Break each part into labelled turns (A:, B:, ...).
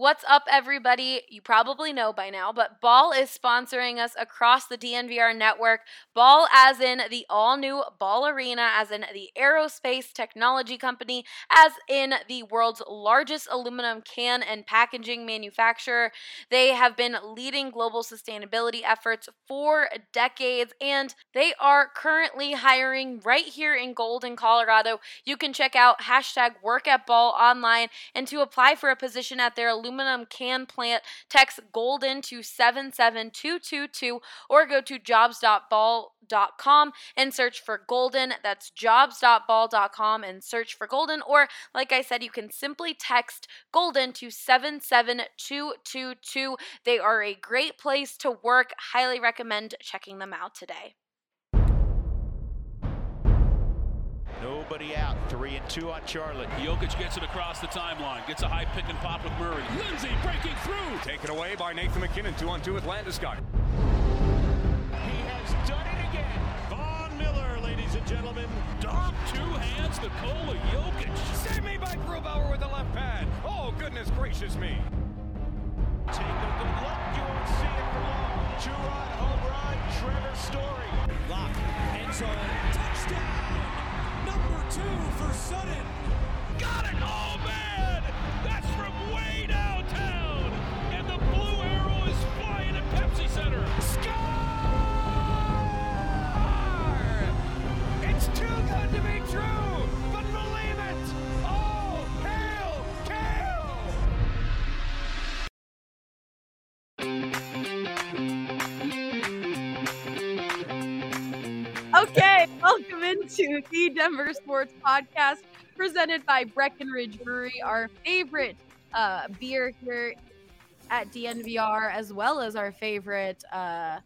A: What's up, everybody? You probably know by now, but Ball is sponsoring us across the DNVR network. Ball, as in the all new Ball Arena, as in the aerospace technology company, as in the world's largest aluminum can and packaging manufacturer. They have been leading global sustainability efforts for decades, and they are currently hiring right here in Golden, Colorado. You can check out hashtag work at Ball online and to apply for a position at their aluminum can plant, text golden to 77222 or go to jobs.ball.com and search for golden. That's jobs.ball.com and search for golden. Or, like I said, you can simply text golden to 77222. They are a great place to work. Highly recommend checking them out today.
B: Nobody out. Three and two on Charlotte.
C: Jokic gets it across the timeline. Gets a high pick and pop with Murray. Lindsay breaking through.
D: Taken away by Nathan McKinnon. Two on two with Landeskog.
B: He has done it again. Vaughn Miller, ladies and gentlemen.
C: Dog two hands to Nikola Jokic.
D: Saved me by Grubauer with the left pad. Oh, goodness gracious me.
B: Take a good look. You won't see it for long. Jerron home run. Trevor Story.
E: Lock. End zone. Touchdown number two for Sutton.
C: Got it! Oh man! That's from way downtown! And the blue arrow is flying at Pepsi Center!
E: Score! It's too good to be true! But believe it! Oh, hail, Kale!
F: Okay, welcome into the Denver Sports Podcast presented by Breckenridge Brewery, our favorite uh, beer here at DNVR, as well as our favorite uh,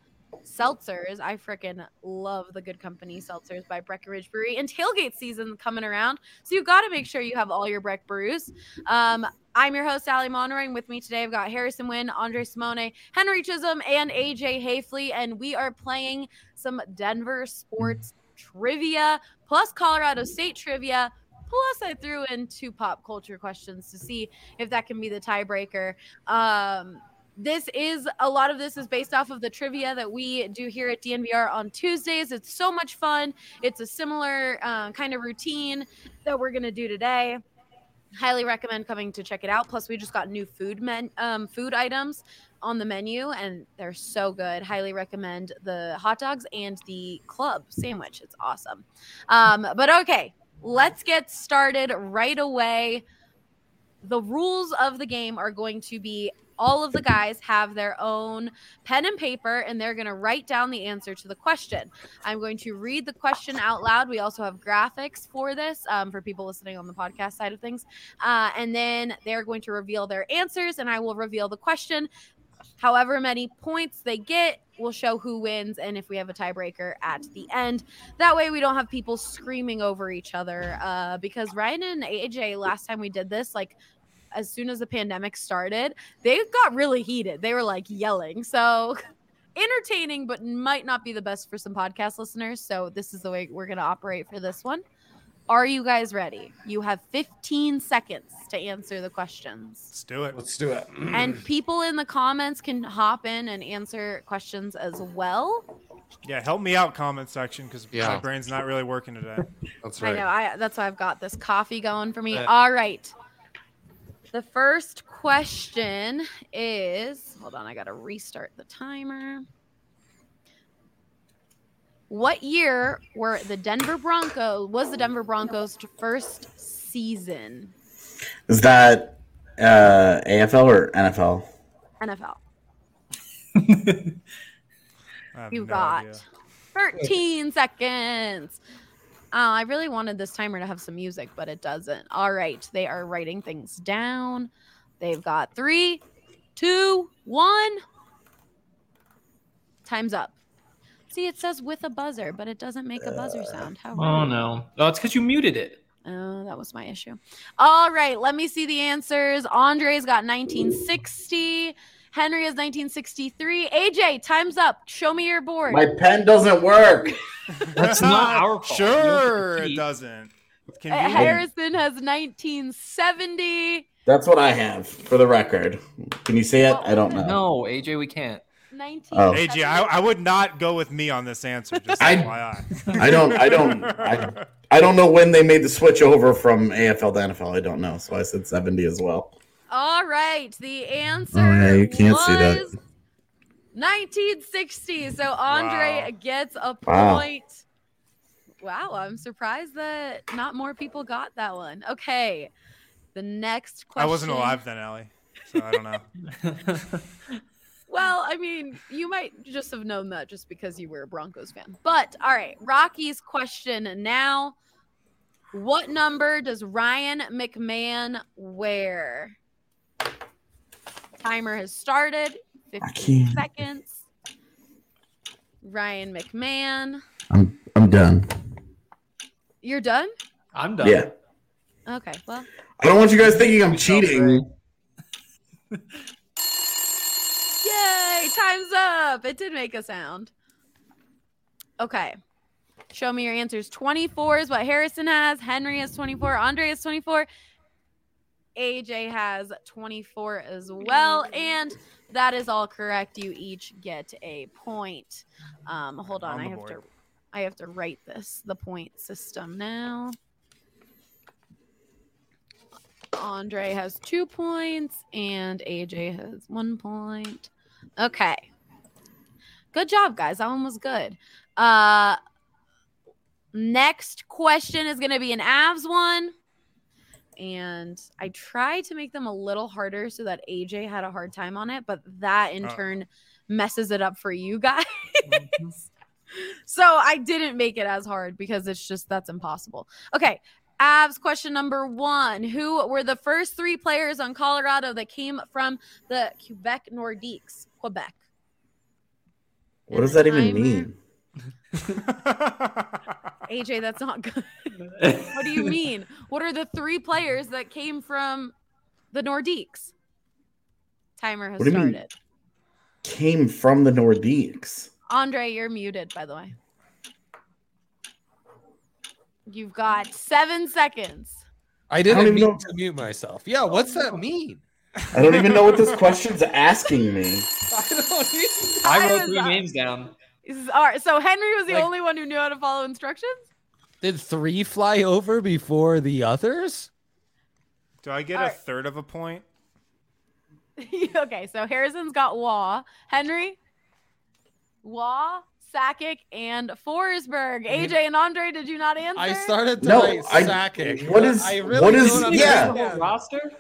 F: seltzers. I freaking love the Good Company seltzers by Breckenridge Brewery and tailgate season coming around. So you got to make sure you have all your Breck brews. Um, I'm your host, Ali Monroy, and with me today I've got Harrison Wynn, Andre Simone, Henry Chisholm, and AJ Hafley, and we are playing some Denver sports trivia, plus Colorado State trivia. Plus, I threw in two pop culture questions to see if that can be the tiebreaker. Um, this is a lot of this is based off of the trivia that we do here at DNVR on Tuesdays. It's so much fun. It's a similar uh, kind of routine that we're going to do today highly recommend coming to check it out. Plus, we just got new food men um, food items on the menu, and they're so good. Highly recommend the hot dogs and the club sandwich. It's awesome. Um, but okay, let's get started right away. The rules of the game are going to be all of the guys have their own pen and paper and they're going to write down the answer to the question. I'm going to read the question out loud. We also have graphics for this um, for people listening on the podcast side of things. Uh, and then they're going to reveal their answers and I will reveal the question. However, many points they get will show who wins and if we have a tiebreaker at the end. That way, we don't have people screaming over each other. Uh, because Ryan and AJ, last time we did this, like as soon as the pandemic started, they got really heated. They were like yelling. So entertaining, but might not be the best for some podcast listeners. So this is the way we're going to operate for this one. Are you guys ready? You have 15 seconds to answer the questions.
G: Let's do it.
H: Let's do it. Mm.
F: and people in the comments can hop in and answer questions as well.
G: Yeah, help me out, comment section, because yeah. my brain's not really working today.
H: that's right.
F: I know. I, that's why I've got this coffee going for me. All right. The first question is hold on, I got to restart the timer. What year were the Denver Broncos was the Denver Broncos first season?
H: Is that uh, AFL or NFL?
F: NFL.
G: I have
F: You
G: no
F: got
G: idea.
F: 13 seconds. Uh, I really wanted this timer to have some music, but it doesn't. All right. They are writing things down. They've got three, two, one. Time's up. See, it says with a buzzer, but it doesn't make a
G: Uh,
F: buzzer sound. How
I: Oh
F: rude.
I: no! Oh, it's because you muted it.
F: Oh, that was my issue. All right, let me see the answers. Andre's got 1960. Henry is 1963. AJ, time's up. Show me your board.
H: My pen doesn't work.
I: That's not our fault.
G: Sure, it doesn't. Can
F: Uh,
G: you-
F: Harrison has 1970,
H: That's what I have for the record. Can you see it? I don't know.
I: No, AJ, we can't.
F: 19.
H: Oh.
G: AJ, I, I would not go with me on this answer. Just
H: I-
G: FYI.
H: I don't. I don't. I, I don't know when they made the switch over from AFL to NFL. I don't know. So I said seventy as well.
F: All right, the answer.
H: Oh, yeah, you can't see that.
F: was 1960. So Andre gets a
H: Wow.
F: point. Wow, I'm surprised that not more people got that one. Okay, the next question.
G: I wasn't alive then, Allie. So I don't know.
F: Well, I mean, you might just have known that just because you were a Broncos fan. But all right, Rocky's question now. What number does Ryan McMahon wear? Timer has started. 15
H: Rocky.
F: seconds. Ryan McMahon.
H: I'm. I'm done.
F: You're done?
I: I'm done.
H: Yeah.
F: Okay, well,
H: I don't want you guys thinking I'm cheating.
F: yay, time's up. It did make a sound. Okay. Show me your answers. 24 is what Harrison has. Henry is 24. Andre is 24. AJ has 24 as well. And that is all correct. You each get a point. Um, hold on.
G: On
F: I
G: the
F: have to
G: board.
F: I have to write this, the point system now. Andre has two points and AJ has one point. Okay. Good job, guys. That one was good. Uh next question is gonna be an Avs one. And I tried to make them a little harder so that AJ had a hard time on it, but that in
G: Uh.
F: turn messes it up for you guys. so I didn't make it as hard because it's just that's impossible. Okay. Avs question number one. Who were the first three players on Colorado that came from the Quebec Nordiques? Quebec.
H: What does that even
F: Timer.
H: mean?
F: AJ, that's not good. what do you mean? What are the three players that came from the Nordiques? Timer has
H: What do you mean?
F: started.
H: Came from the Nordiques.
F: Andre, you're muted, by the way. You've got seven seconds.
E: I
H: I don't
E: didn't
H: even
E: mean
H: know-
E: to mute myself. Yeah, what's that mean?
H: I don't even know what this question's asking me.
E: I don't even-
I: I
F: I
I: wrote
F: was
I: three
F: on-
I: names down.
F: This is- All right, so Henry was the
E: Like-
F: only one who knew how to follow instructions.
E: Did three fly over before the others?
G: Do I get a
F: Alright.
G: third of a point?
F: okay, so Harrison's got Waugh, Henry, Waugh, Sakic, and Forsberg. AJ and Andre, did you not answer?
E: I started to
H: No,
E: write
H: I-
E: Sakic.
H: what is-
E: I really
H: what is-
E: don't
H: yeah.
I: The whole
E: understand.
I: roster.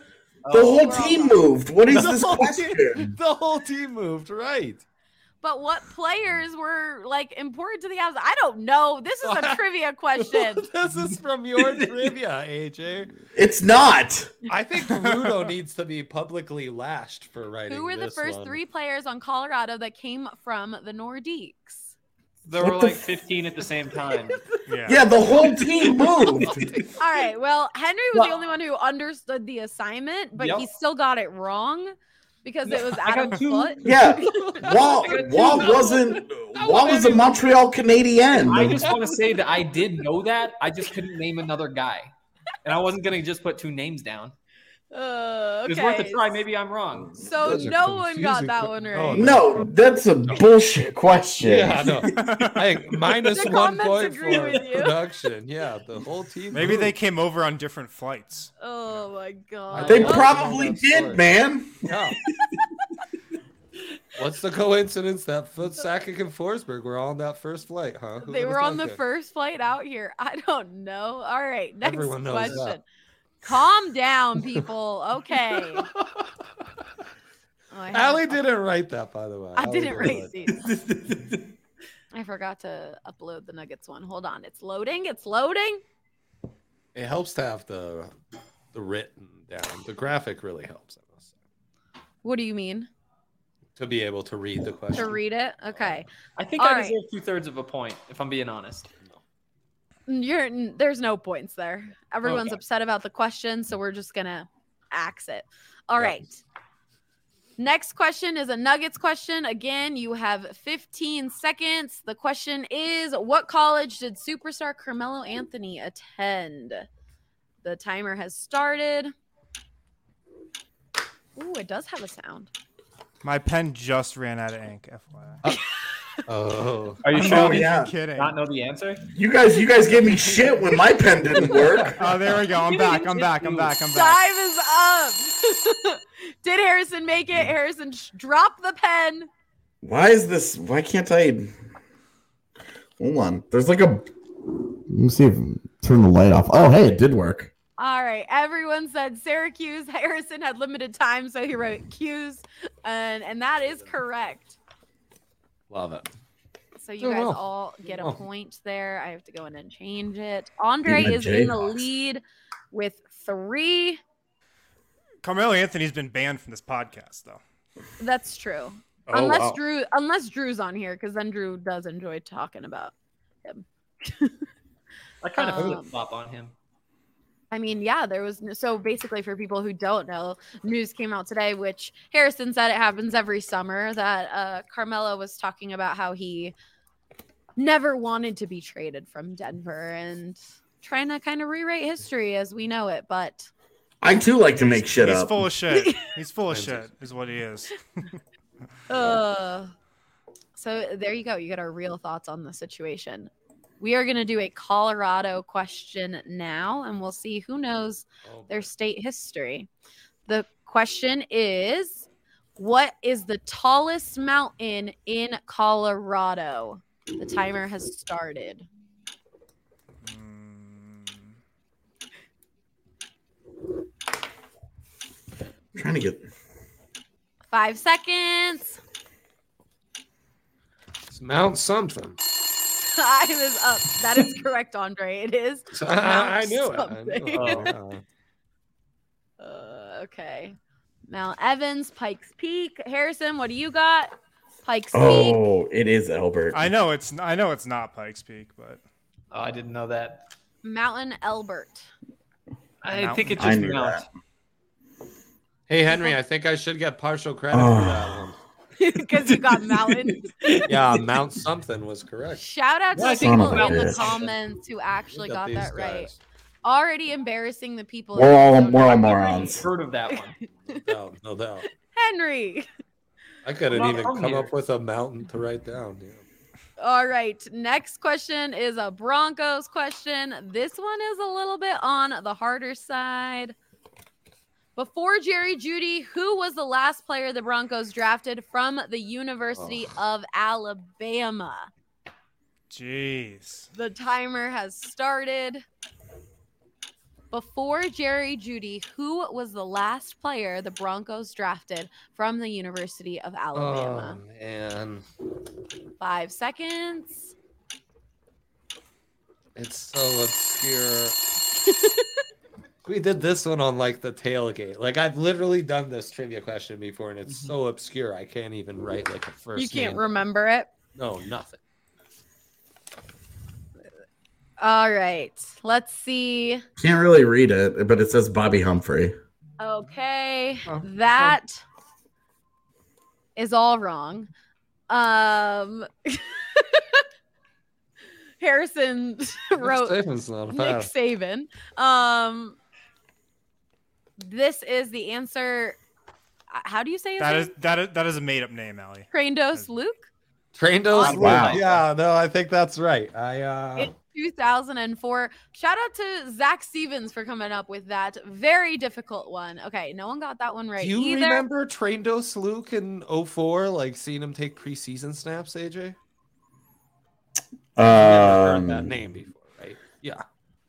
H: The whole team moved. What is this
E: whole
H: question?
E: team, the whole team moved right.
F: but what players were like important to the Avs? I don't know. This is a trivia question.
E: this is from your trivia, AJ.
H: It's not.
E: I think Rudo needs to be publicly lashed for writing.
F: Who were the
E: this
F: first
E: one.
F: three players on Colorado that came from the Nordiques?
I: There
H: What
I: were
H: the
I: like
H: f-
I: 15 at the same time.
G: Yeah.
H: Yeah, the whole team moved.
F: All right. Well, Henry was the
I: Well-
F: only one who understood the assignment, but he
I: Yep.
F: still got it wrong because it was
I: I got
F: Adam
I: two.
F: Foote.
H: Yeah, Wall Wall wasn't Wall was a Montreal
I: I
H: Canadian.
I: just want to say that I did know that. I just couldn't name another guy, and I wasn't gonna just put two names down.
F: Uh,
I: It was worth a
F: okay.
I: try. Maybe I'm wrong.
F: So
H: Those are
F: no one got
H: confusing
F: that
H: que-
F: one right.
H: Oh, no, that's a bullshit question.
J: Yeah, I know. hey, minus
F: The
J: one
F: comments
J: point
F: agree
J: for
F: with you.
J: production. Yeah, the whole team.
G: Maybe they
J: moved.
G: came over on different flights.
F: Oh my god.
H: They
F: Well,
H: probably did, man.
J: Yeah. What's the coincidence that Foot Sakic and Forsberg were all on that first flight, huh? Who
F: They
J: would've
F: were on the
J: thunk it?
F: first flight out here. I don't know. All right, next
J: Everyone knows that.
F: question. Calm down, people. Okay. Oh, I, have-
J: Allie didn't write that, by the way.
F: I
J: Allie
F: didn't write
J: it.
F: these. I forgot to upload the Nuggets one. Hold on, it's loading. It's loading.
J: It helps to have the the written down. The graphic really helps us
F: What do you mean
J: to be able to read the
F: to
J: question.
F: read it? Okay.
I: I think
F: All
I: I
F: right.
I: deserve two thirds of a point, if I'm being honest.
F: You're n- there's no points there. Everyone's
I: Okay.
F: upset about the question, so we're just gonna axe it. All right. Next question is a Nuggets question. Again, you have 15 seconds. The question is What college did superstar Carmelo Anthony attend? The timer has started. Ooh, it does have a sound.
G: My pen just ran out of ink.
H: Uh,
G: FYI.
J: Oh,
I: Are you
G: I'm
I: sure?
G: not
I: you
G: even kidding.
I: Not know the answer?
H: You guys, you guys gave me shit when my pen didn't work.
G: Oh, there we go. I'm back. I'm back. I'm back. I'm back.
F: Time is up. did Harrison make it? Harrison, sh- drop the pen.
H: Why is this? Why can't I? Hold on. There's like a.
K: Let me see if turn the light off. Oh, hey, it did work.
F: All right. Everyone said Syracuse. Harrison had limited time, so he wrote Q's, and and that is correct.
J: Love it.
F: So you
J: Oh,
F: guys
J: well.
F: all get a
J: Well.
F: point there. I have to go in and change it. Andre
G: In the
F: is in the
G: Jayhawks.
F: lead with three.
G: Carmelo Anthony's been banned from this podcast, though.
F: That's true.
G: Oh,
F: unless
G: wow.
F: Drew, unless Drew's on here, because then Drew does enjoy talking about him.
I: I kind of
F: Um,
I: flip flop on him.
F: I mean, yeah, there was no, so basically for people who don't know, news came out today, which Harrison said it happens every summer that uh, Carmelo was talking about how he never wanted to be traded from Denver and trying to kind of rewrite history as we know it. But
H: I too like to make shit
G: He's
H: up.
G: full of shit. He's full of shit, is what he is.
F: uh, so there you go. You get our real thoughts on the situation. We are going to do a Colorado question now, and we'll see who knows
J: Oh,
F: their state history. The question is What is the tallest mountain in Colorado? The timer has started.
H: I'm trying to get.
F: Five seconds.
J: It's Mount something.
F: Time is up. That is correct, Andre. It is. Mount
J: I knew it. I knew
F: something.
J: it. Oh, yeah.
F: Uh, okay. Mount Evans, Pikes Peak. Harrison, what do you got? Pikes Peak.
H: Oh, it is Albert.
G: I know it's I know it's not Pikes Peak, but
I: oh, I didn't know that.
F: Mountain Elbert.
I: I think it's
J: I
I: just
J: knew
I: Mount.
J: Hey Henry, I think I should get partial credit for
H: Ah.
J: that one.
F: Because you got mountain.
J: Yeah, Mount something was correct.
F: Shout out to
J: Yeah, I
F: the
J: think
F: people
J: Mount
F: in the
J: Everest.
F: comments who actually
J: Look at
F: got that
J: these
F: right.
J: guys.
F: Already embarrassing the people.
H: We're
F: that
H: all
F: don't
H: we're all
F: know.
H: morons.
I: Heard of that one.
J: No doubt, no doubt.
F: Henry.
J: I couldn't
I: Well,
J: even
I: I'm
J: come
I: here.
J: up with a mountain to write down. Yeah.
F: All right. Next question is a Broncos question. This one is a little bit on the harder side. Before Jerry Judy, who was the last player the Broncos drafted from the University of Alabama?
G: jeez.
F: The timer has started. Before Jerry Judy, who was the last player the Broncos drafted from the University of Alabama?
J: Oh man,
F: Five seconds.
J: it's so obscure. we did this one on like the tailgate. Like I've literally done this trivia question before, and
I: Mm-hmm.
J: it's so obscure I can't even write like a first.
F: you can't
J: name.
F: remember it.
J: No, nothing.
F: All right. Let's see.
H: Can't really read it, but it says Bobby Humphrey.
F: Okay.
J: Oh,
F: that is all wrong. Um Harrison wrote
J: Saban's not a
F: Nick
J: fan.
F: Saban. Um This is the answer. uh, How do you say his
G: That
F: name?
G: is that is that is a made up name, Allie.
F: Crandos Luke?
J: Train those.
G: Wow.
J: Yeah, no, I think that's right. I uh
F: in 2004. Shout out to Zach Stevens for coming up with that very difficult one. Okay, no one got that one right
J: Do you
F: either.
J: remember Traindos Luke in 04, like seeing him take preseason snaps, AJ?
H: Um,
J: that name before, right? Yeah.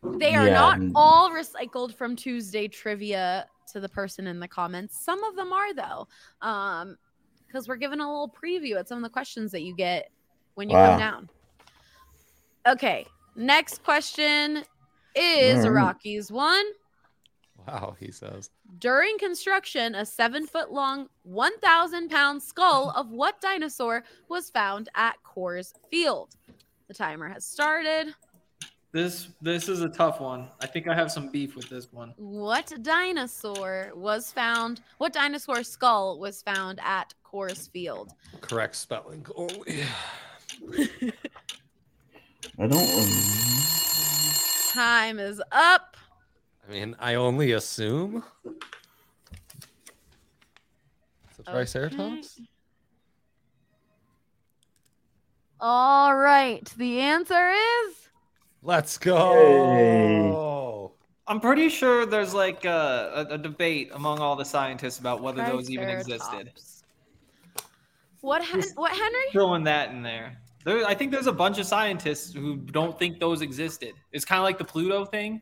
F: they are
H: Yeah.
F: not all recycled from Tuesday trivia to the person in the comments. Some of them are though, um, because we're giving a little preview at some of the questions that you get when you
H: Wow.
F: come down. Okay, next question is a
J: Mm.
F: Rockies one.
J: Wow, he says.
F: During construction, a seven foot long, 1,000 pound skull of what dinosaur was found at Coors Field? The timer has started.
I: This this is a tough one. I think I have some beef with this one.
F: What dinosaur was found? What dinosaur skull was found at Coors Field?
J: Correct spelling. Oh, yeah.
H: I don't. rem-
F: Time is up.
J: I mean, I only assume. Is it Triceratops?
F: All right. The answer is
J: Let's go.
I: I'm pretty sure there's like a, a, a debate among all the scientists about whether those even existed.
F: what? Hen- what, Henry?
I: Throwing that in there. There, I think there's a bunch of scientists who don't think those existed. It's kind of like the Pluto thing.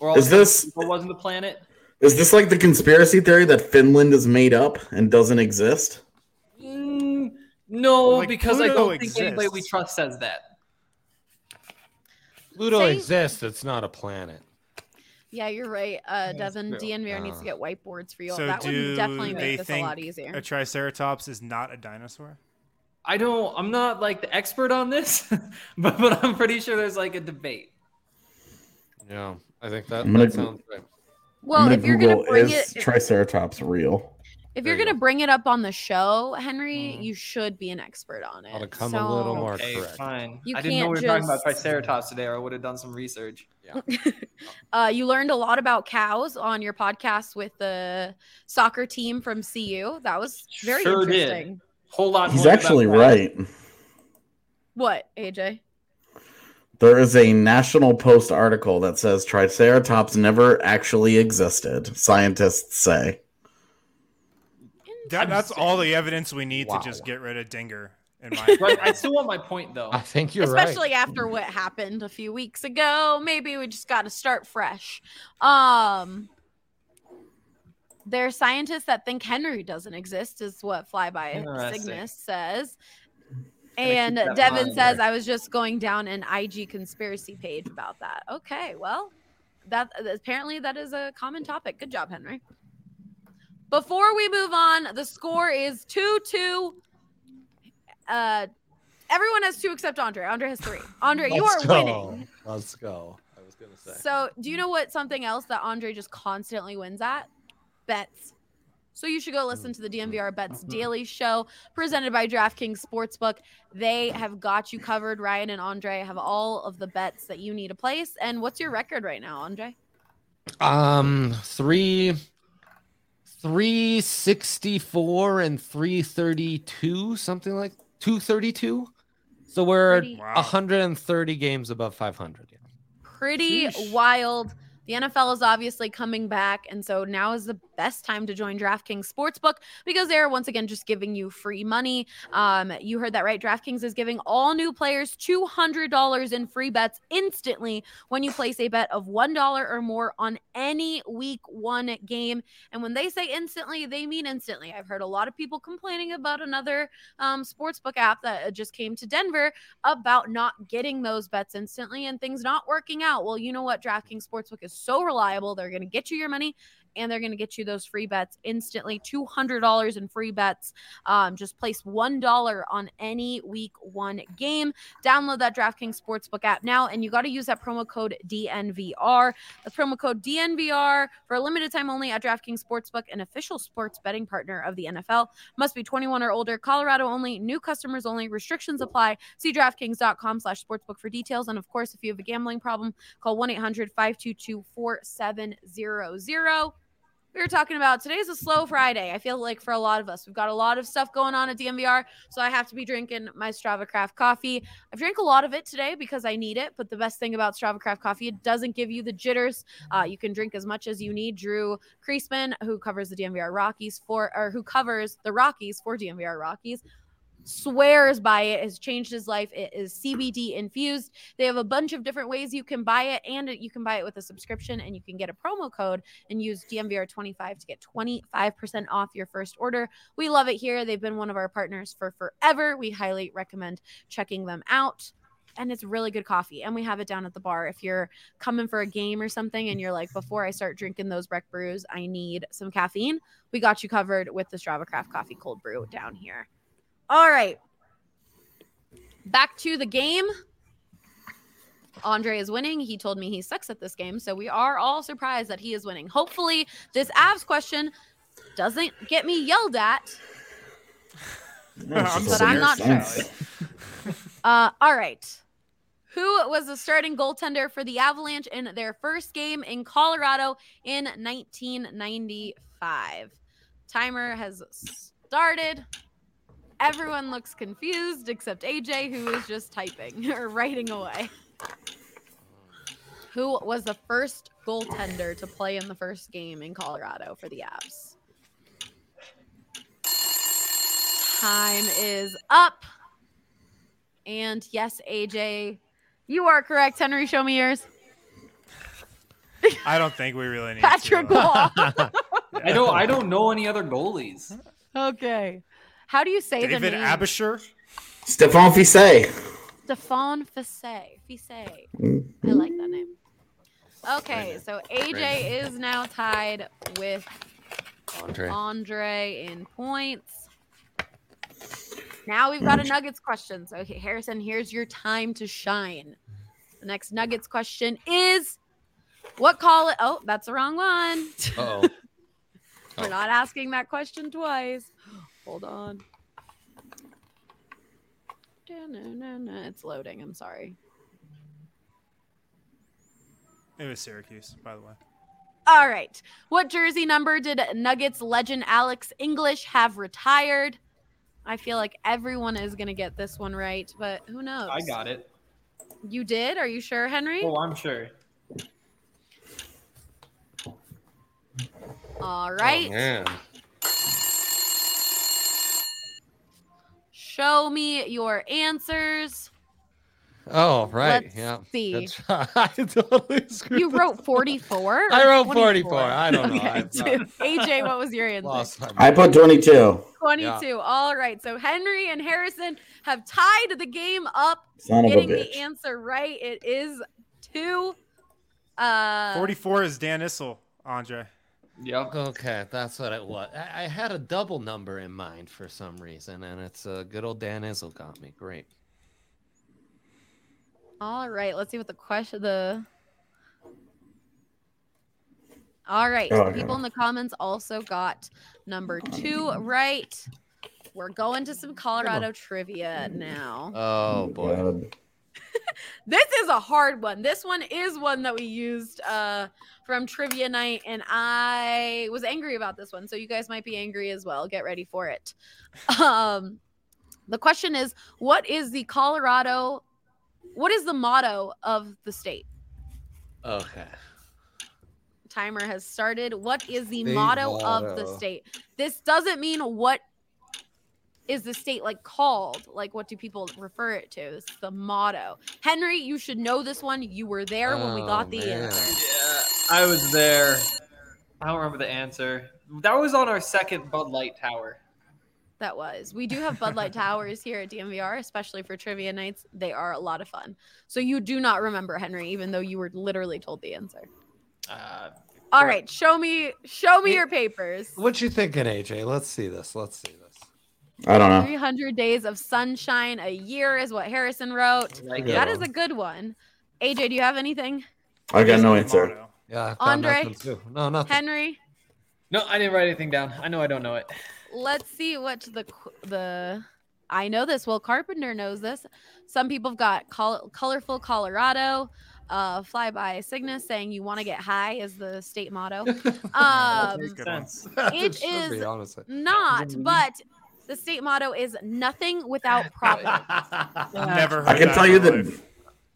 I: Or all
H: Is
I: the
H: this-
I: Pluto wasn't a planet?
H: Is this like the conspiracy theory that Finland is made up and doesn't exist?
I: Mm, no,
J: Like,
I: because I
J: Pluto
I: don't think anybody we
J: exists.
I: trust says that.
J: Pluto
F: Say-
J: exists. It's not a planet.
F: Yeah, you're right. Uh, Devin
J: true.
F: DNVR needs
J: Uh.
F: to get whiteboards for you. all
G: So
F: that
G: do
F: would definitely
G: they
F: make this a
G: think
F: lot easier.
G: a triceratops is not a dinosaur?
I: I don't. I'm not like the expert on this, but but I'm pretty sure there's like a debate.
J: Yeah, I think that,
H: I'm gonna-
J: that sounds right.
F: Well,
H: I'm
F: if you're gonna
H: Google,
F: bring
H: is
F: it-
H: Triceratops real?
F: If you're gonna bring it up on the show,
G: Hmm.
F: Henry, you should be an expert on it.
H: I'll
J: become a little
F: So-
J: more
I: Okay,
J: correct.
I: fine.
F: You
I: I didn't know we
F: can't
I: were talking about
F: just-
I: Triceratops today, or I would have done some research.
J: Yeah.
F: Uh, you learned a lot about cows on your podcast with the soccer team from CU. That was very
I: Sure did.
F: interesting.
I: Whole lot.
H: He's
I: more about
H: actually
I: that.
H: right.
F: What, AJ?
H: There is a National Post article that says Triceratops never actually existed, scientists say.
G: That, that's all the evidence we need
H: Wow.
G: to just get rid of Dinger. In my
I: Right, I still want my point though.
J: I think you're
F: Especially
J: right.
F: after what happened a few weeks ago. Maybe we just gotta start fresh. Um there are scientists that think Henry doesn't exist, is what Flyby
I: Interesting.
F: Cygnus says.
I: Gonna keep
F: And
I: that in
F: Devin
I: mind.
F: says, I was just going down an IG conspiracy page about that. Okay, well, that uh, apparently that is a common topic. Good job, Henry. Before we move on, the score is 2 2. Uh, everyone has two except Andre. Andre has three. Andre, you are
J: Let's
F: winning.
J: go. Let's go. I was gonna say.
F: So, do you know what something else that Andre just constantly wins at? Bets. So, you should go listen to the DMVR Bets Daily Show presented by DraftKings Sportsbook. They have got you covered. Ryan and Andre have all of the bets that you need to place. And what's your record right now, Andre?
J: Um, three, three sixty-four and three thirty-two, something like two thirty-two. So we're
F: Thirty- Wow.
J: hundred and thirty games above five hundred. Yeah.
F: Pretty wild. The NFL is obviously coming back, and so now is the best time to join DraftKings Sportsbook because they are once again just giving you free money. Um, you heard that right. DraftKings is giving all new players $200 in free bets instantly when you place a bet of $1 or more on any week one game. And when they say instantly, they mean instantly. I've heard a lot of people complaining about another um, sportsbook app that uh, just came to Denver about not getting those bets instantly and things not working out. Well, you know what? DraftKings Sportsbook is so reliable. They're going to get you your money and they're going to get you those free bets instantly $200 in free bets um, just place $1 on any week one game download that draftkings sportsbook app now and you got to use that promo code dnvr that's promo code dnvr for a limited time only at draftkings sportsbook an official sports betting partner of the nfl must be 21 or older colorado only new customers only restrictions apply see draftkings.com slash sportsbook for details and of course if you have a gambling problem call 1-800-522-4700 we were talking about today's a slow Friday. I feel like for a lot of us, we've got a lot of stuff going on at DMVR, so I have to be drinking my Strava Craft coffee. I've drank a lot of it today because I need it. But the best thing about Strava Craft coffee, it doesn't give you the jitters. Uh, you can drink as much as you need. Drew Kreisman, who covers the DMVR Rockies for, or who covers the Rockies for DMVR Rockies, swears by it has changed his life it is cbd infused they have a bunch of different ways you can buy it and you can buy it with a subscription and you can get a promo code and use dmvr25 to get 25% off your first order we love it here they've been one of our partners for forever we highly recommend checking them out and it's really good coffee and we have it down at the bar if you're coming for a game or something and you're like before i start drinking those rec brews i need some caffeine we got you covered with the strava craft coffee cold brew down here all right. Back to the game. Andre is winning. He told me he sucks at this game, so we are all surprised that he is winning. Hopefully, this Avs question doesn't get me yelled at. but I'm not sure. Uh, all right. Who was the starting goaltender for the Avalanche in their first game in Colorado in 1995? Timer has started. Everyone looks confused except AJ, who is just typing or writing away. Who was the first goaltender to play in the first game in Colorado for the Avs? Time is up. And yes, AJ, you are correct. Henry, show me yours.
G: I don't think we really need
F: Patrick
G: to. uh,
F: Wall.
I: I don't. I don't know any other goalies.
F: okay. How do you say the
G: David
F: name?
G: Abisher.
H: Stephane Fissé.
F: Stephane Fisse. Fisse. I like that name. Okay, so AJ
H: Brandon.
F: is now tied with
H: Andre.
F: Andre in points. Now we've got a Nuggets question. So, okay, Harrison, here's your time to shine. The next Nuggets question is what call it? Oh, that's the wrong one.
J: Oh,
F: We're not asking that question twice. Hold on. No, no, no, it's loading. I'm sorry.
G: It was Syracuse, by the way.
F: All right. What jersey number did Nuggets legend Alex English have retired? I feel like everyone is going to get this one right, but who knows?
I: I got it.
F: You did? Are you sure, Henry?
I: Oh, I'm sure.
F: All right.
J: Oh, man.
F: Show me your answers.
J: Oh, right.
F: Let's
J: yeah.
F: see.
J: That's- I totally screwed
F: You wrote 44?
J: I wrote
F: 24?
J: 44. I don't know. I'm
F: Okay.
J: not-
F: AJ, what was your answer?
J: Lost my
H: I
J: mind.
H: put 22.
F: 22. All right. So Henry and Harrison have tied the game up,
H: Son of a
F: getting
H: bitch.
F: the answer right. It is two. Uh,
G: 44 is Dan Issel, Andre.
I: Yep.
J: Okay, that's what it was. I, I had a double number in mind for some reason, and it's uh, good old Dan Izzel got me. Great.
F: All right. Let's see what the question. The all right.
J: Oh,
F: the
J: no.
F: people in the comments also got number two right. We're going to some Colorado trivia now.
J: Oh boy.
F: This is a hard one. This one is one that we used uh, from trivia night, and I was angry about this one. So you guys might be angry as well. Get ready for it. Um, the question is, what is the Colorado? What is the motto of the state?
J: Okay.
F: Timer has started. What is the,
J: The
F: motto, of the
J: motto.
F: state? This doesn't mean what is the state like called? Like, what do people refer it to? This is the motto. Henry, you should know this one. You were there when we got the answer.
I: Yeah, I was there. I don't remember the answer. That was on our second Bud Light Tower.
F: That was. We do have Bud Light Towers here at DMVR, especially for trivia nights. They are a lot of fun. So you do not remember Henry, even though you were literally told the answer.
I: Uh,
F: All right, show me, show me your papers.
J: What you thinking, AJ? Let's see this. Let's see this.
H: I don't know.
F: 300 days of sunshine a year is what Harrison wrote.
J: like
F: that
J: it.
F: is a good one. AJ, do you have anything?
H: I got no answer.
J: Yeah, I've got
F: Andre?
J: nothing, too. No, nothing.
F: Henry,
I: No, I didn't write anything down. I know I don't know it.
F: let's see what the qu- the I know this. Well, Carpenter knows this. Some people have got col- colorful Colorado. uh, fly by Cygnus saying you want to get high is the state motto. Um, it
J: be
F: is
J: honest.
F: not, but the state motto is nothing without problem.
G: Never heard
H: I can
G: that
H: tell
G: in
H: you
G: my
H: the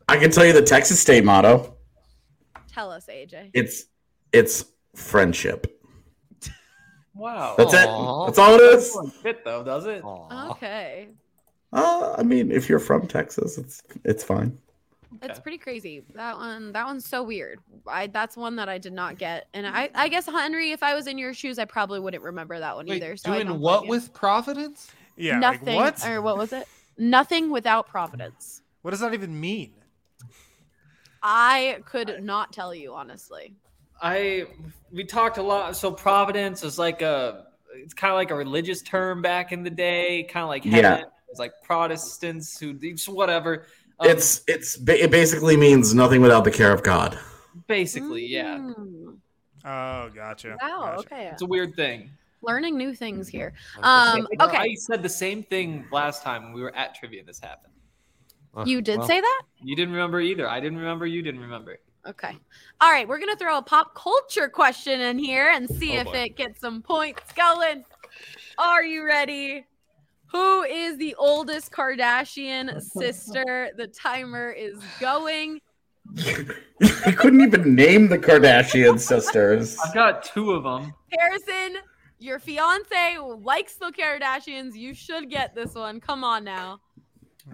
H: I can tell you the Texas state motto.
F: Tell us, AJ.
H: It's it's friendship.
I: Wow.
H: That's it. Aw. That's all it is.
I: Doesn't Fit though, does it?
F: Okay.
H: Uh, I mean, if you're from Texas, it's it's fine.
F: That's pretty crazy. That one, that one's so weird. I that's one that I did not get, and I, I guess Henry, if I was in your shoes, I probably wouldn't remember that one either. So I
J: doing
F: don't
J: what
F: blame
J: with Providence?
F: you. Nothing. Or what was it? Nothing without Providence.
G: What does that even mean?
F: I could not tell you honestly.
I: I we talked a lot. So Providence is like a it's kind of like a religious term back in the day, kind of like
H: Yeah.
I: heaven. It's like Protestants who just whatever. Um,
H: It's it's ba- it basically means nothing without the care of God.
I: basically yeah.
F: Mm.
G: Oh, gotcha.
F: Wow, okay.
I: It's a weird thing.
F: Learning new things here. Um,
I: I
F: okay,
I: said the same thing last time when we were at trivia. and This happened. Uh,
F: you did say that.
I: You didn't remember either. I didn't remember. You didn't remember.
F: Okay. All right, we're gonna throw a pop culture question in here and see
I: Oh,
F: if
I: boy.
F: it gets some points going. Are you ready? Who is the oldest Kardashian sister? The timer is going.
H: I couldn't even name the Kardashian sisters.
I: I've got two of them.
F: Harrison, your fiance likes the Kardashians. You should get this one. Come on now.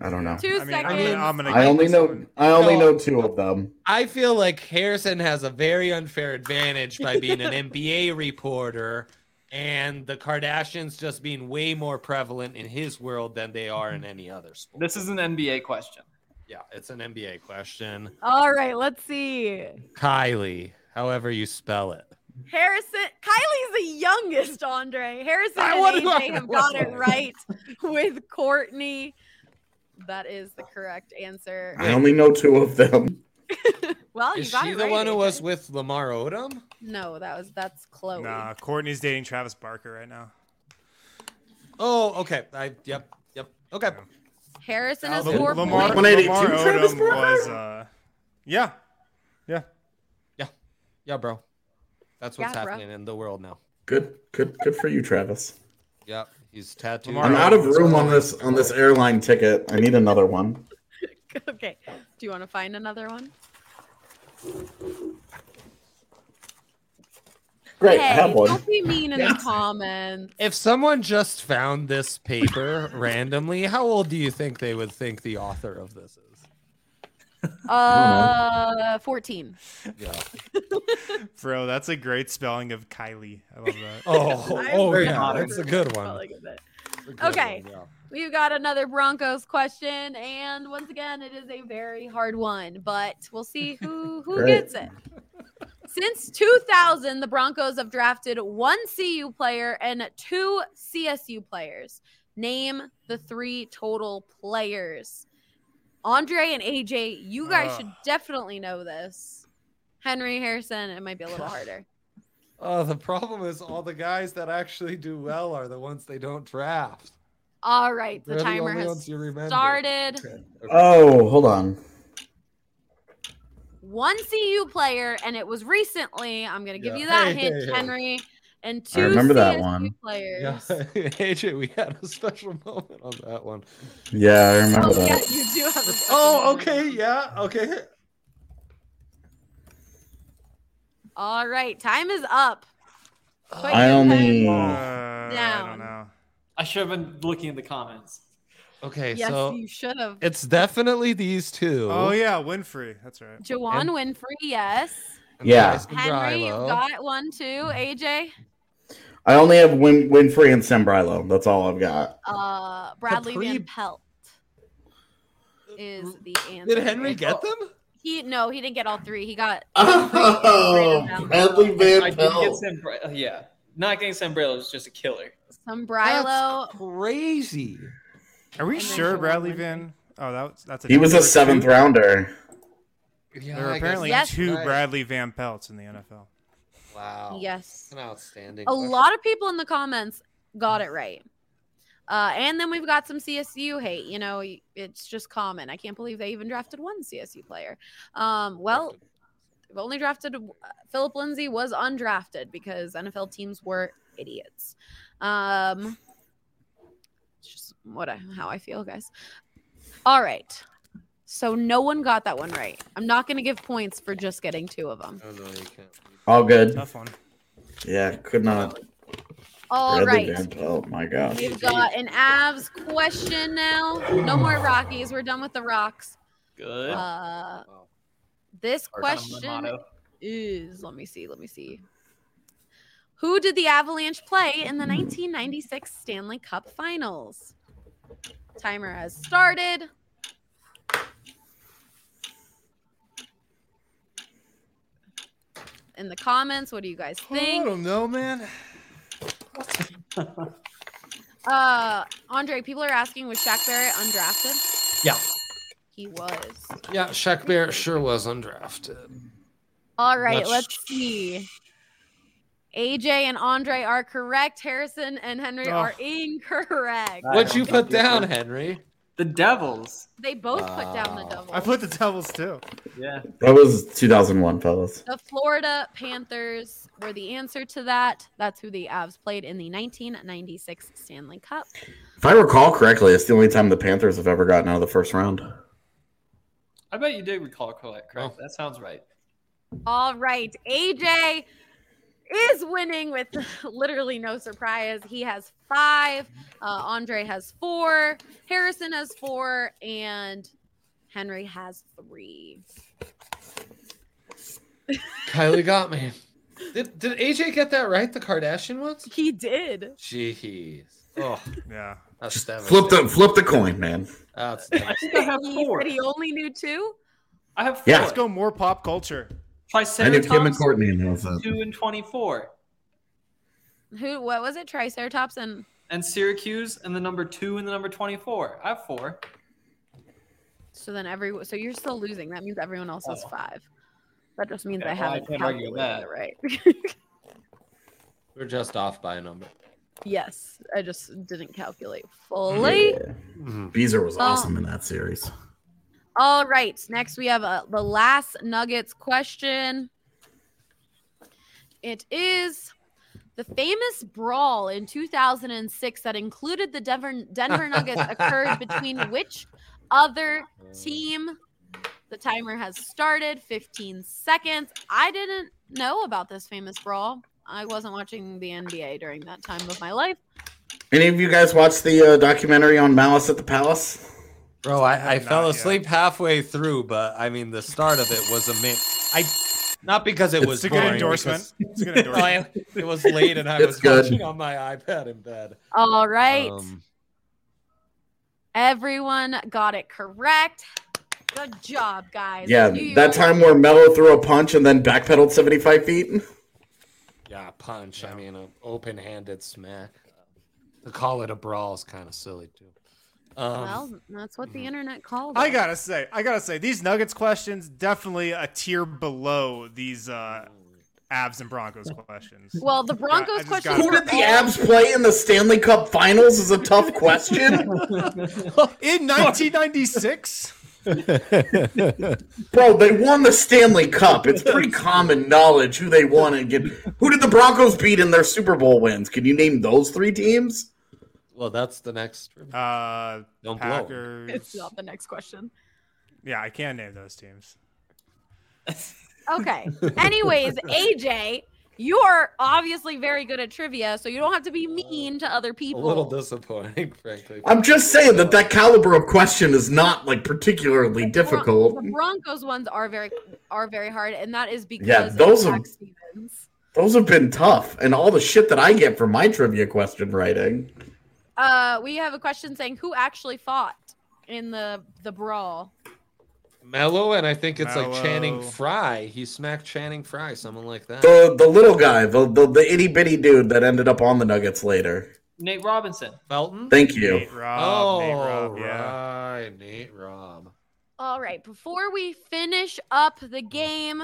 H: I don't know.
F: Two seconds.
H: I only know I only know two of them.
J: I feel like Harrison has a very unfair advantage by being an NBA reporter and the Kardashians just being way more prevalent in his world than they are in any other sport.
I: This is an NBA question.
J: Yeah, it's an NBA question.
F: All right, let's see.
J: Kylie, however you spell it.
F: Harrison, Kylie's the youngest, Andre. Harrison
J: I
F: and
J: wonder-
F: AJ have got it right with Courtney. That is the correct answer.
H: I only know two of them.
F: Well, you
J: Is
F: got
J: she
F: it
J: the
F: right.
J: one who was with Lamar Odom?
F: No, that was that's Chloe.
G: Nah, Courtney's dating Travis Barker right now.
J: Oh, okay. I yep, yep. Okay.
F: Harrison
G: Uh,
F: is
G: Lam-
F: four
G: Lamar,
F: points.
J: points.
G: Lamar
J: 182 Travis
G: Odom
J: Barker?
G: was, uh, yeah, yeah,
J: yeah, yeah, bro. That's what's
G: Yeah, bro.
J: happening in the world now.
H: Good, good, good for you, Travis.
J: Yep. He's tattooed.
H: I'm out of room on this on this airline ticket. I need another one.
F: okay. Do you want to find another one?
H: Great,
F: hey,
J: have one.
F: Don't be mean in the
J: Yes.
F: comments.
J: If someone just found this paper randomly, how old do you think they would think the author of this is?
F: Uh, fourteen.
J: Yeah.
G: Bro, that's a great spelling of Kylie. I love that.
J: Oh,
F: I'm
J: oh
F: very
J: yeah,
F: proud of
J: that's a
F: her.
J: good
F: Well, I
J: one.
F: get that.
J: Good one,
F: Okay.
J: yeah.
F: We've got another Broncos question, and once again, it is a very hard one, but we'll see who who
L: Great.
F: gets it. Since 2000, the Broncos have drafted one CU player and two CSU players. Name the three total players. Andre and AJ, you guys
J: Ugh.
F: should definitely know this. Henry Harrison, it might be a little harder.
J: Oh, the problem is all the guys that actually do well are the ones they don't draft.
F: All right, the
J: They're the
F: timer
J: only
F: has
J: ones you remember.
F: started.
H: Oh, hold on.
F: one CU player, and it was recently. I'm gonna give
J: Yeah.
F: you that
J: Hey,
F: hint,
J: hey, hey.
F: Henry. And
H: I
F: two
H: remember that
F: CSU
H: one.
F: players.
J: Yeah, AJ, we had a special moment on that one.
H: Yeah, I remember
J: Oh,
H: that.
F: yeah. You do have. A
J: Oh, okay, yeah, okay.
F: All right, time is up. Put
H: I
F: your
H: only.
F: pen
G: Uh,
F: down.
I: I should have been looking in the comments.
J: Okay,
F: yes,
J: so
F: you should have.
J: it's definitely these two.
G: Oh yeah, Winfrey. That's right.
F: Jawan Winfrey, yes.
H: Yeah.
F: Henry, you got one too.
J: Mm.
F: AJ,
H: I only have Win- Winfrey and Sembrilo. That's all I've got.
F: uh, Bradley Van Pelt is the answer.
J: Uh, Did Henry get them?
F: He no, he didn't get all three. He got.
H: Oh, Bradley Van
I: I did get Sambra- yeah, not getting Sambrello is just a killer.
F: Some Brilo.
J: Crazy.
G: Are we sure Bradley Van? Oh, that was, that's a.
H: He was a
G: there were
H: seventh
G: two-
H: rounder.
G: There are
J: I guess
G: apparently
J: that's
G: two
J: right.
G: Bradley Van Pelts in the NFL.
J: Wow.
F: Yes.
J: An outstanding.
F: A lot of people in the comments got it right. Uh, and then we've got some CSU hate. You know, it's just common. I can't believe they even drafted one CSU player. Um, well, they've only drafted uh, Philip Lindsay was undrafted because NFL teams were idiots. Um, it's just what I, how I feel, guys. All right. So no one got that one right. I'm not going to give points for just getting two of them.
H: All good.
G: Tough one.
H: Yeah, could not.
F: All
H: Rather
F: right.
H: than- Oh my god.
F: We've got an Avs question now. No more Rockies. We're done with the Rocks.
I: Good.
F: Uh, this
I: Our
F: question
I: motto.
F: is let me see, let me see. Who did the Avalanche play in the 1996 Stanley Cup Finals? Timer has started. In the comments, what do you guys
G: I
F: think?
G: don't know, man.
F: Uh, Andre, people are asking was Shaq Barrett undrafted?
J: Yeah.
F: He was.
J: Yeah, Shaq Barrett sure was undrafted.
F: All right,
J: That's-
F: let's see. AJ and Andre are correct. Harrison and Henry
J: Oh.
F: are incorrect.
J: What'd you put down, Henry?
I: The Devils.
F: They both put down the double.
G: I put the Devils too.
I: Yeah.
H: That was 2001, fellas.
F: The Florida Panthers were the answer to that. That's who the Avs played in the 1996 Stanley Cup.
H: If I recall correctly, it's the only time the Panthers have ever gotten out of the first round.
I: I bet you did recall correct.
J: Oh.
I: correct? That sounds right.
F: All right, AJ is winning with literally no surprise. He has five, uh, Andre has four, Harrison has four, and Henry has three.
J: Kylie got me. Did, did AJ get that right? The Kardashian ones?
F: He did.
J: Jeez. Oh,
G: yeah.
J: That's
H: Flip the flip the coin, man.
J: That's
F: he said he only knew two.
I: I have
H: Yeah.
G: Let's go more pop culture.
H: I knew Kim and
I: Triceratops,
H: Courtney announced that.
I: two and twenty-four,
F: Who? What was it? Triceratops and
I: and Syracuse and the number two and the number twenty-four. I have four.
F: so then everyone. So you're still losing. That means everyone else has
I: Oh.
F: five. That just means
I: Yeah,
F: I
I: well, I
F: haven't
I: can't argue with
F: calculated it right.
J: We're just off by a number.
F: yes, I just didn't calculate fully.
H: Beezer was
F: Oh.
H: awesome in that series.
F: All right. Next, we have uh, the last Nuggets question. It is the famous brawl in 2006 that included the Denver, Denver Nuggets occurred between which other team? The timer has started 15 seconds. I didn't know about this famous brawl. I wasn't watching the NBA during that time of my life.
H: Any of you guys watch the uh, documentary on Malice at the Palace?
J: Bro, I, I fell asleep halfway through, but I mean the start of it was a mix. I not because it
G: It's
J: was
G: a good
J: boring,
G: endorsement.
J: because-
G: It's a good endorsement.
J: I- it was late and I
G: It's
J: was
G: good.
J: watching on my iPad in bed.
F: All right.
J: Um,
F: Everyone got it correct. Good job, guys.
H: Yeah,
F: You-
H: that time where Mello threw a punch and then backpedaled 75 feet.
J: yeah, punch. I mean, an open-handed smack. To call it a brawl is kind of silly too. Um,
F: well, that's what
J: Mm-hmm.
F: the internet called.
G: I
F: it.
G: gotta say, I gotta say, these Nuggets questions definitely a tier below these uh Abs and Broncos questions.
F: Well, the
G: I
F: Broncos
G: just
F: question.
G: got-
H: Who did the Abs play in the Stanley Cup Finals is a tough question.
G: in 1996.
H: Bro, they won the Stanley Cup. It's pretty common knowledge who they won and get. Who did the Broncos beat in their Super Bowl wins? Can you name those three teams?
J: well, that's the next.
G: Uh,
J: Don't blow.
F: It's
G: Packers.
F: not the next question.
G: Yeah, I can name those teams.
F: Okay. Anyways, AJ, you're obviously very good at trivia, so you don't have to be mean to other
J: Uh, A
F: people.
J: little disappointing, frankly.
H: I'm just saying that that caliber of question is not like particularly difficult.
F: The Broncos ones are very are very hard, and that is because
H: Yeah,
F: of
H: those
F: Zach
H: are-
F: Stevens.
H: Those have been tough, and all the shit that I get for my trivia question writing.
F: Uh, we have a question saying who actually fought in the the brawl.
J: Mellow, and I think it's like Channing
H: Mellow.
J: Fry. He smacked Channing Fry, someone like that.
H: The the little guy, the the, the itty bitty dude that ended up on the Nuggets later.
I: Nate Robinson.
J: Felton.
H: Thank you.
G: Nate Robb,
J: oh,
G: Nate Robb,
J: right, Nate Robb.
F: All right, before we finish up the game,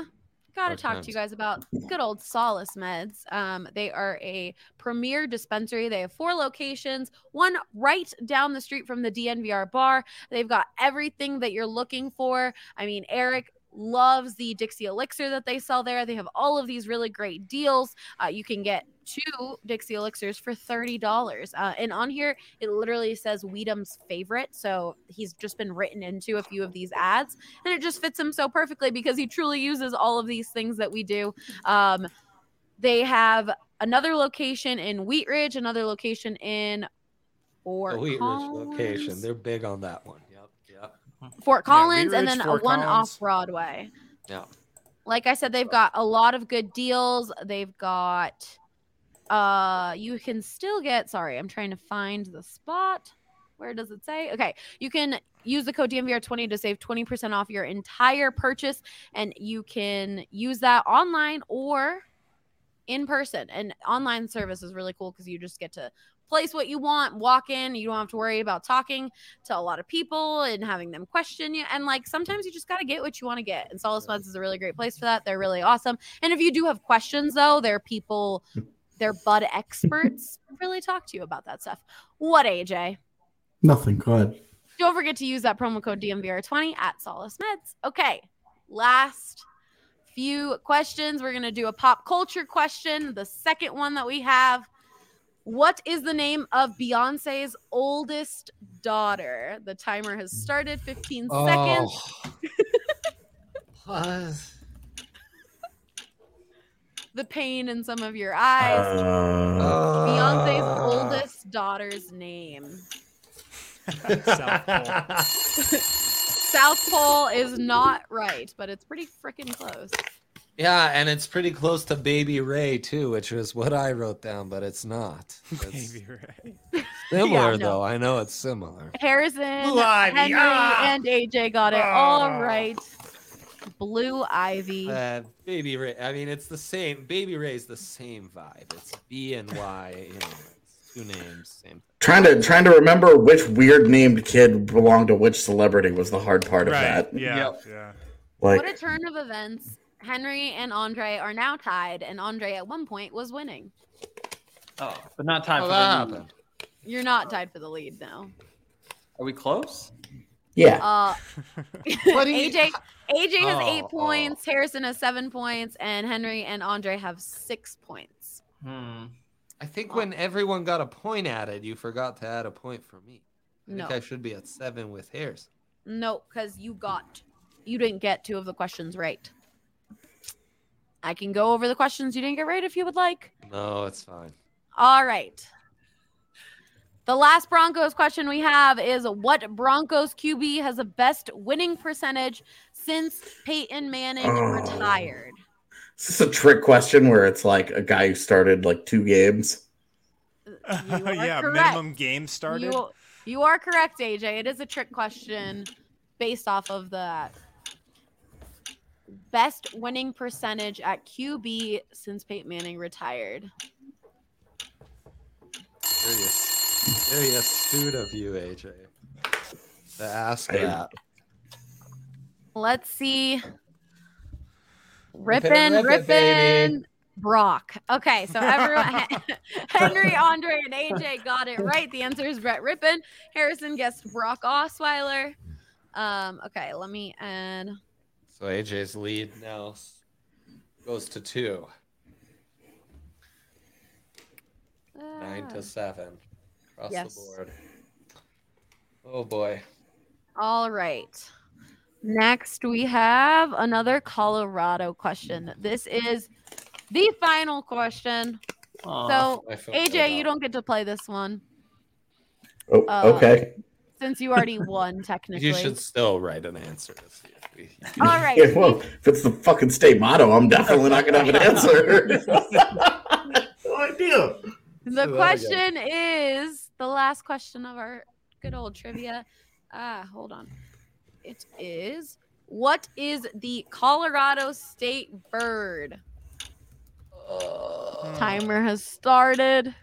F: Got to
J: Hard
F: talk
J: times.
F: to you guys about good old Solace Meds. Um, they are a premier dispensary. They have four locations, one right down the street from the DNVR bar. They've got everything that you're looking for. I mean, Eric loves the Dixie Elixir that they sell there. They have all of these really great deals. Uh, you can get two Dixie Elixirs for $30. Uh, and on here, it literally says Weedum's favorite. So he's just been written into a few of these ads. And it just fits him so perfectly because he truly uses all of these things that we do. Um, they have another location in Wheat Ridge, another location in Fort,
J: The Wheat Ridge
F: Collins,
J: location. They're big on that one. Yep. Yep.
F: Fort
J: Yeah, Wheat
F: Collins and
J: Ridge,
F: then
J: Fort
F: one
J: Collins.
F: off Broadway.
J: Yeah.
F: like I said, they've got a lot of good deals. They've got uh you can still get sorry, I'm trying to find the spot. Where does it say? Okay, you can use the code DMVR20 to save 20% off your entire purchase and you can use that online or in person. And online service is really cool because you just get to place what you want, walk in. You don't have to worry about talking to a lot of people and having them question you. And like sometimes you just got to get what you want to get. And Solace Meds is a really great place for that. They're really awesome. And if you do have questions, though, there are people, they're bud experts, who really talk to you about that stuff. What, AJ?
K: Nothing. Go ahead.
F: Don't forget to use that promo code DMVR20 at Solace Meds. Okay, last few questions. We're going to do a pop culture question. The second one that we have What is the name of Beyonce's oldest daughter? The timer has started 15 seconds. The pain in some of your eyes.
H: Uh,
F: Beyonce's oldest daughter's name. South Pole is not right, but it's pretty freaking close.
J: Yeah, and it's pretty close to Baby Ray too, which is what I wrote down, but it's not. It's
G: Baby Ray.
J: similar
F: no.
J: though. I know it's similar.
F: Harrison,
G: Blue Ivy,
F: Henry,
G: ah!
F: and AJ got it
G: Ah.
F: all right. Blue Ivy.
J: Uh, Baby Ray. I mean, it's the same. Baby Ray's the same vibe. It's B and Y. You know, it's two names, same.
H: Trying to trying to remember which weird named kid belonged to which celebrity was the hard part of
G: Right.
H: that.
G: Yeah. Yeah.
H: Like
F: what a turn of events. Henry and Andre are now tied, and Andre at one point was winning.
I: Oh, but not time
J: Oh,
I: for
J: that
I: the
J: happened.
F: You're
G: Oh.
F: not tied for the lead now.
I: Are we close?
F: Uh, AJ, AJ has
I: Oh,
F: eight
I: oh.
F: points, Harrison has seven points, and Henry and Andre have six points.
J: Hmm. I
F: Oh.
J: think when everyone got a point added, you forgot to add a point for me. I
F: No.
J: think I should be at seven with Harris.
F: No, because you got, you didn't get two of the questions right. I can go over the questions you didn't get right if you would like.
J: No, it's fine.
F: All right. The last Broncos question we have is what Broncos QB has the best winning percentage since Peyton Manning
H: Oh.
F: retired?
H: is this a trick question where it's like a guy who started like two games?
G: yeah.
F: correct.
G: Minimum game started.
F: You, you are correct, AJ. It is a trick question based off of the best winning percentage at QB since Peyton Manning retired.
J: Very, as- very astute of you, AJ, to ask
H: I-
J: that.
F: Let's see.
J: Rip it,
F: Rippin',
J: rip it, baby.
F: rippin', Brock. Okay, so everyone, Henry, Andre, and AJ got it right. The answer is Brett Rippin. Harrison guessed Brock Osweiler. Um, okay, let me add.
J: So AJ's lead now s- goes to two, nine
F: Ah.
J: to seven, across
F: Yes.
J: the board. Oh boy.
F: All right. Next, we have another Colorado question. This is the final question. so,
J: Oh, I feel bad
F: AJ, you
J: about
F: don't get to play this one
H: Oh,
F: Uh,
H: okay.
F: since you already won,
J: it.
F: technically.
J: You should still write an answer. This year.
F: All right.
H: Yeah, well, if it's the fucking state motto, I'm definitely not gonna have an answer. no
F: The
H: idea. do that again.
F: question is the last question of our good old trivia. Ah, hold on. It is what is the Colorado State bird? Timer has started.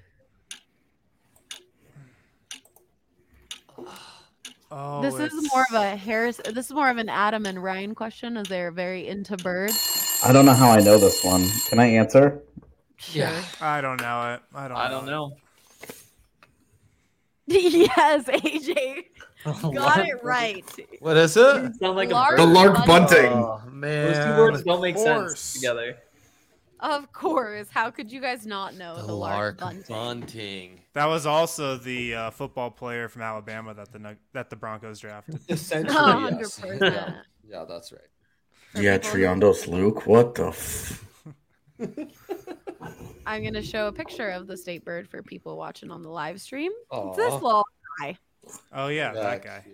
G: Oh,
F: this is
G: it's-
F: more of a Harris. This is more of an Adam and Ryan question, as they're very into birds.
L: I don't know how I know this one. Can I answer?
G: Yeah. I don't know it. I don't. I don't know.
F: yes, AJ got it right.
J: What is it?
I: Sound like
F: Lark
I: a
H: The Lark Bunting.
J: Oh, man.
I: Those two words don't make
F: course.
I: sense together.
F: Of course. How could you guys not know the, Lark, Bunting?
J: Bunting.
G: That was also the uh, football player from Alabama that the Nug- that the Broncos drafted.
J: Essentially,
F: Oh, yes. 100%.
J: Yeah. yeah, that's right.
H: Yeah, Triandos Luke. What the? F-
F: I'm gonna show a picture of the state bird for people watching on the live stream. It's this
G: Aw.
F: little guy.
G: Oh yeah, that guy.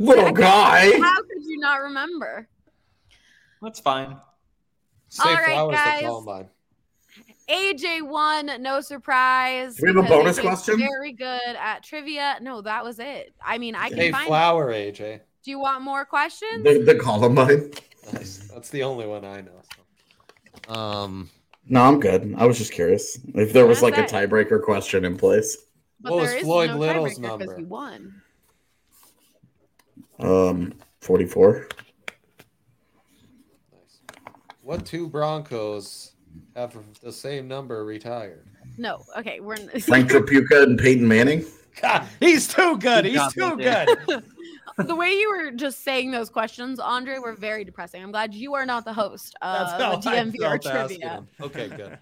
H: Little guy.
F: How could you not remember?
I: That's fine.
F: Say All right, flowers to guys. Columbine. AJ won, no surprise.
J: Do we have a
F: because
J: bonus
F: AJ is
J: question?
F: Very good at trivia. No, that was it. I mean, I can
J: Hey,
F: find.
J: flower, AJ.
F: Do you want more questions?
H: Columbine.
J: Nice. That's the only one I know. Um.
H: no, I'm good. I was just curious if there was
F: That's
H: like a
F: it.
H: tiebreaker question in place.
F: But
J: What
F: there
J: was
F: is
J: Floyd
F: no
J: Little's
F: tiebreaker 'cause
J: number?
F: You won.
H: Um, forty-four.
J: What two Broncos have the same number retired?
F: No. Okay, we're.
H: Frank Trapuka and Peyton Manning.
J: God, he's too good.
H: Good
J: He's
H: job,
J: too
H: AJ.
J: good.
F: the way you were just saying those questions, Andre, were very depressing. I'm glad you are not the host
J: That's how
F: of Uh, the
J: I
F: DMVR
J: felt asking
F: trivia.
J: him. Okay, good.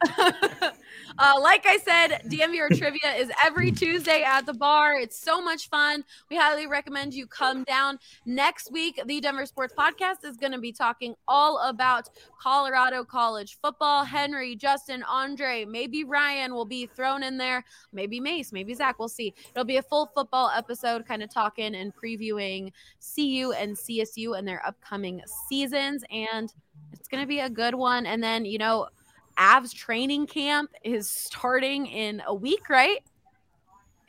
F: Uh, like I said, DMVR trivia is every Tuesday at the bar. It's so much fun. We highly recommend you come down. Next week, the Denver Sports Podcast is going to be talking all about Colorado college football. Henry, Justin, Andre, maybe Ryan will be thrown in there. Maybe Mace, maybe Zach. We'll see. It'll be a full football episode, kind of talking and previewing CU and CSU and their upcoming seasons. And it's going to be a good one. And then, you know, Avs training camp is starting in a week, right?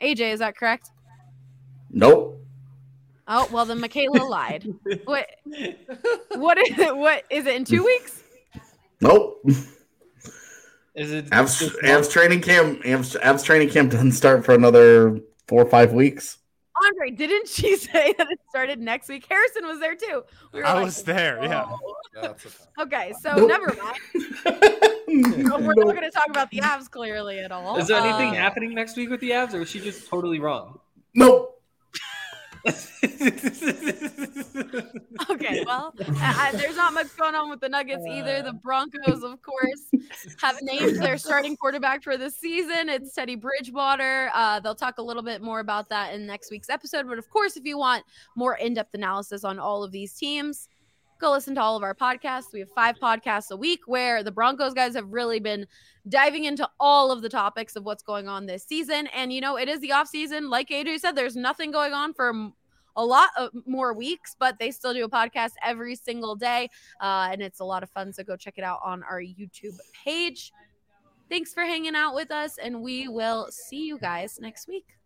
F: AJ, is that correct?
H: Nope.
F: Oh, well, then Michaela lied. What? What is it? What is it in two weeks?
H: Nope.
I: Is it
H: Avs, Avs training camp. Avs, Avs training camp doesn't start for another four or five weeks.
F: Andre, didn't she say that it started next week? Harrison was there too. We were
G: I
F: like, "Oh,
G: was there. Yeah.
F: Okay, so
G: Nope.
F: never mind. We're not going to talk about the Avs clearly at all.
I: Is there anything
F: Uh,
I: happening next week with the Avs, or is she just totally wrong?
F: Okay, well, I, I- there's not much going on with the Nuggets either. The Broncos, of course, have named their starting quarterback for this season. It's Teddy Bridgewater. Uh, they'll talk a little bit more about that in next week's episode. But of course, if you want more in depth analysis on all of these teams, go listen to all of our podcasts. We have five podcasts a week where the Broncos guys have really been diving into all of the topics of what's going on this season. And, you know, it is the off season. Like AJ said, there's nothing going on for m- a lot of more weeks, but they still do a podcast every single day. Uh, and it's a lot of fun. So go check it out on our YouTube page. Thanks for hanging out with us, and we will see you guys next week.